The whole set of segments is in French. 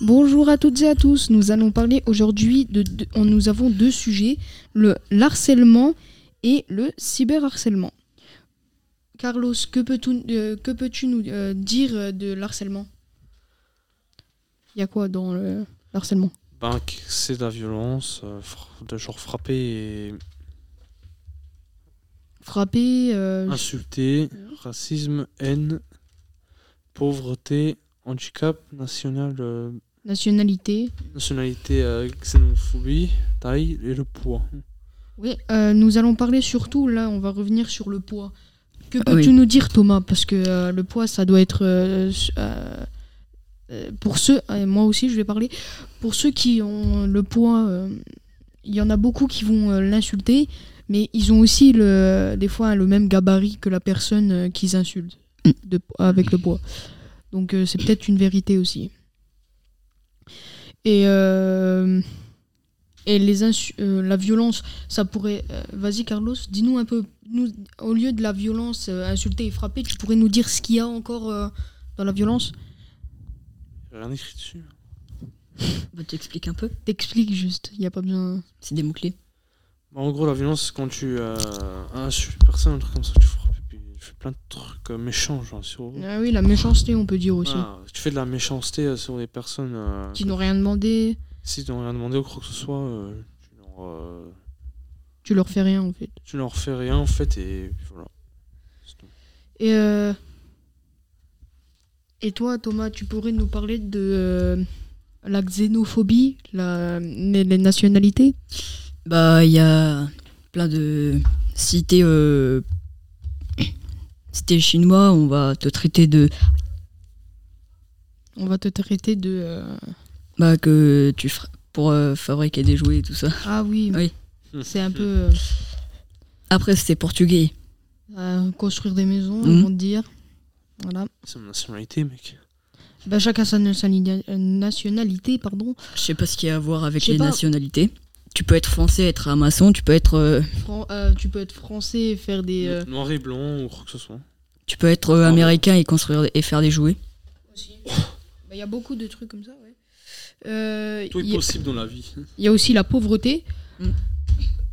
Bonjour à toutes et à tous. Nous allons parler aujourd'hui de, de- on- nous avons deux sujets, le harcèlement et le cyberharcèlement. Carlos, que peux-tu euh, que peux-tu nous euh, dire euh, de l'harcèlement Il y a quoi dans le harcèlement Ben, que c'est de la violence, euh, fra- de genre frapper et Frapper, euh, insulter, racisme, haine, pauvreté, handicap, national, euh, nationalité. nationalité, euh, xénophobie, taille et le poids. Mmh. Oui, euh, nous allons parler surtout là, on va revenir sur le poids. Que Ah oui. peux-tu nous dire Thomas Parce que euh, le poids, ça doit être euh, s- euh, euh, pour ceux, et moi aussi je vais parler, pour ceux qui ont le poids, euh, il y en a beaucoup qui vont euh, l'insulter, mais ils ont aussi le, des fois le même gabarit que la personne euh, qu'ils insultent Mm. de- avec le poids. Donc euh, c'est peut-être une vérité aussi. Et, euh, et les insu- euh, la violence, ça pourrait. euh, Vas-y, Carlos, dis-nous un peu. Nous, au lieu de la violence, euh, insulter et frapper, tu pourrais nous dire ce qu'il y a encore euh, dans la violence Rien écrit dessus. Bah, t'expliques un peu. T'expliques juste, il n'y a pas besoin. C'est des mots-clés. Ben, en gros, la violence, c'est quand tu euh, insultes personne, un truc comme ça, tu frappes et puis tu fais plein de trucs euh, méchants, genre sur. Ah oui, la méchanceté, on peut dire aussi. Voilà, tu fais de la méchanceté euh, sur des personnes euh, Qui n'ont rien demandé, si tu n'as rien demandé ou quoi que ce soit, euh, tu leur. euh, tu leur fais rien en fait. tu leur fais rien en fait et puis voilà. C'est tout. Et, euh, et toi, Thomas, tu pourrais nous parler de euh, la xénophobie, la, les, les nationalités Bah, il y a plein de. Si t'es. euh, Si t'es chinois, on va te traiter de. On va te traiter de. euh, Bah, que tu. fra- Pour euh, fabriquer des jouets et tout ça. Ah oui, Oui. c'est un peu. euh, Après, c'était portugais. à Bah, construire des maisons, Mmh. Mhm. on va dire. Voilà. C'est ma nationalité, mec. Bah, chacun sa nationali- euh, nationalité, pardon. Je sais pas ce qu'il y a à voir avec Je sais les pas. nationalités. Tu peux être français, être un maçon, tu peux être. euh, Fran- euh, tu peux être français et faire des. euh, Noir et blanc ou quoi que ce soit. Tu peux être euh, Ah ouais. américain et construire et faire des jouets. Mmh. Il Bah, y a beaucoup de trucs comme ça, ouais. Euh, Tout est il y, a- possible dans la vie. il y a aussi la pauvreté. Mhm.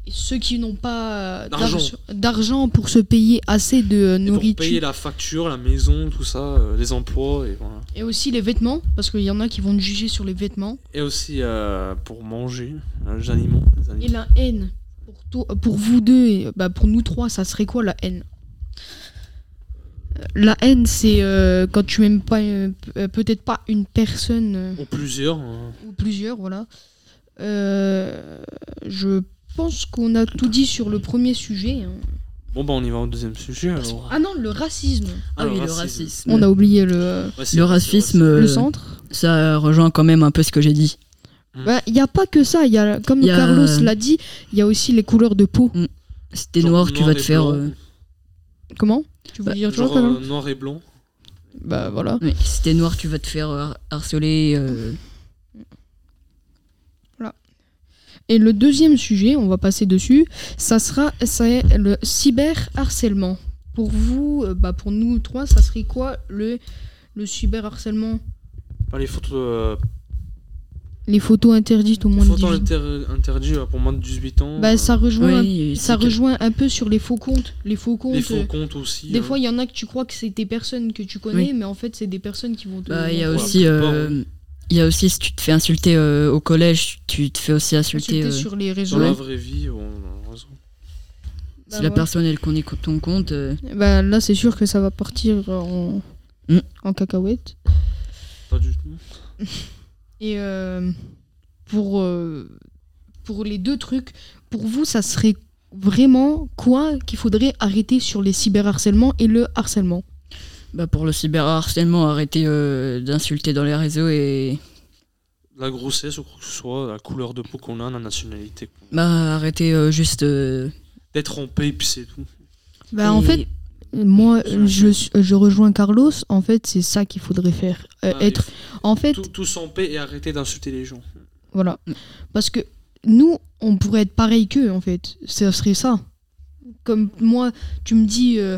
Et Ceux qui n'ont pas euh, D'argent. d'argent- d'argent pour se payer assez de euh, Et pour payer nourriture. la facture, la maison, tout ça, euh, les emplois et voilà. Et aussi les vêtements, parce qu'il y en a qui vont te juger sur les vêtements. Et aussi euh, pour manger, euh, les animaux. les Et animaux. la haine. Pour, to- pour vous deux, et, bah, pour nous trois, ça serait quoi la haine Euh, La haine, c'est euh, quand tu aimes pas, euh, p- euh, peut-être pas une personne euh, Ou plusieurs. hein. ou plusieurs, voilà. Euh, je pense qu'on a tout dit sur le premier sujet. hein. Bon bah on y va au deuxième sujet alors. Ah non, le racisme. Ah oui, le racisme. On a oublié le, Ouais, c'est- c'est- Le racisme, le euh, centre. Bah, ça rejoint quand même un peu ce que j'ai dit. Il n'y a pas que ça. Y a, comme Y a- Carlos l'a dit, il y a aussi les couleurs de peau. Si t'es Genre noir, tu vas et te faire. blanc. euh, Comment Tu veux Bah, euh, dire Genre quoi, Carlos euh, noir et blanc. Bah voilà. oui, si t'es noir, tu vas te faire euh, har- harceler. euh, Et le deuxième sujet, on va passer dessus, ça sera c'est le cyberharcèlement. Pour vous, euh, bah pour nous trois, ça serait quoi le, le cyberharcèlement Bah, les photos, euh, Les photos interdites au les moins de photos 18 inter- interdites euh, pour moins de 18 ans. Bah euh, ça rejoint, oui, ça c'est que- rejoint un peu sur les faux comptes. Les faux comptes, les faux euh, comptes aussi. des hein. fois il y en a que tu crois que c'est des personnes que tu connais, mais en fait c'est des personnes qui vont te... Bah, il y a Ouais, aussi. c'est euh, Il y a aussi, si tu te fais insulter euh, au collège, tu te fais aussi insulter. insulter euh, sur les réseaux. Dans la vraie vie, on a raison. si Bah, la ouais. personne, elle connaît co- ton compte. euh, Bah, là c'est sûr que ça va partir en, Mm. en cacahuète. Pas du tout. Et euh, pour, euh, pour les deux trucs, pour vous, ça serait vraiment quoi qu'il faudrait arrêter sur les cyberharcèlements et le harcèlement bah, pour le cyberharcèlement, arrêtez euh, d'insulter dans les réseaux et. la grossesse ou quoi que ce soit, la couleur de peau qu'on a, la nationalité. quoi. Bah, arrêtez euh, juste. euh, D'être en paix, puis c'est tout. bah, En et- fait, moi, je, je rejoins Carlos. En fait, c'est ça qu'il faudrait faire. Euh, Ah, être, en fait, tout, tous en paix et arrêter d'insulter les gens. voilà. Parce que nous, on pourrait être pareil qu'eux, en fait. Ça serait ça. Comme moi, tu me dis, euh,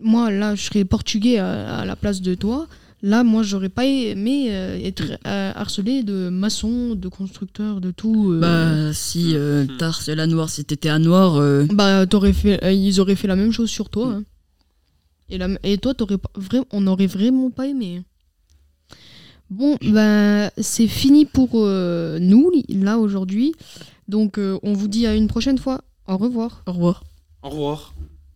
moi, là, je serais portugais à, à la place de toi. Là, moi, j'aurais pas aimé euh, être euh, harcelé de maçons, de constructeurs, de tout. euh. Bah, si euh, Hmm. t'as harcelé à noir, si t'étais à noir, euh, Bah, t'aurais fait, euh, ils auraient fait la même chose sur toi. hein. Et, la- et toi, t'aurais pas, vra- on n'aurait vraiment pas aimé. hein. Bon, bah, c'est fini pour euh, nous, là, aujourd'hui. Donc, euh, on vous dit à une prochaine fois. Au revoir. au revoir. Au revoir.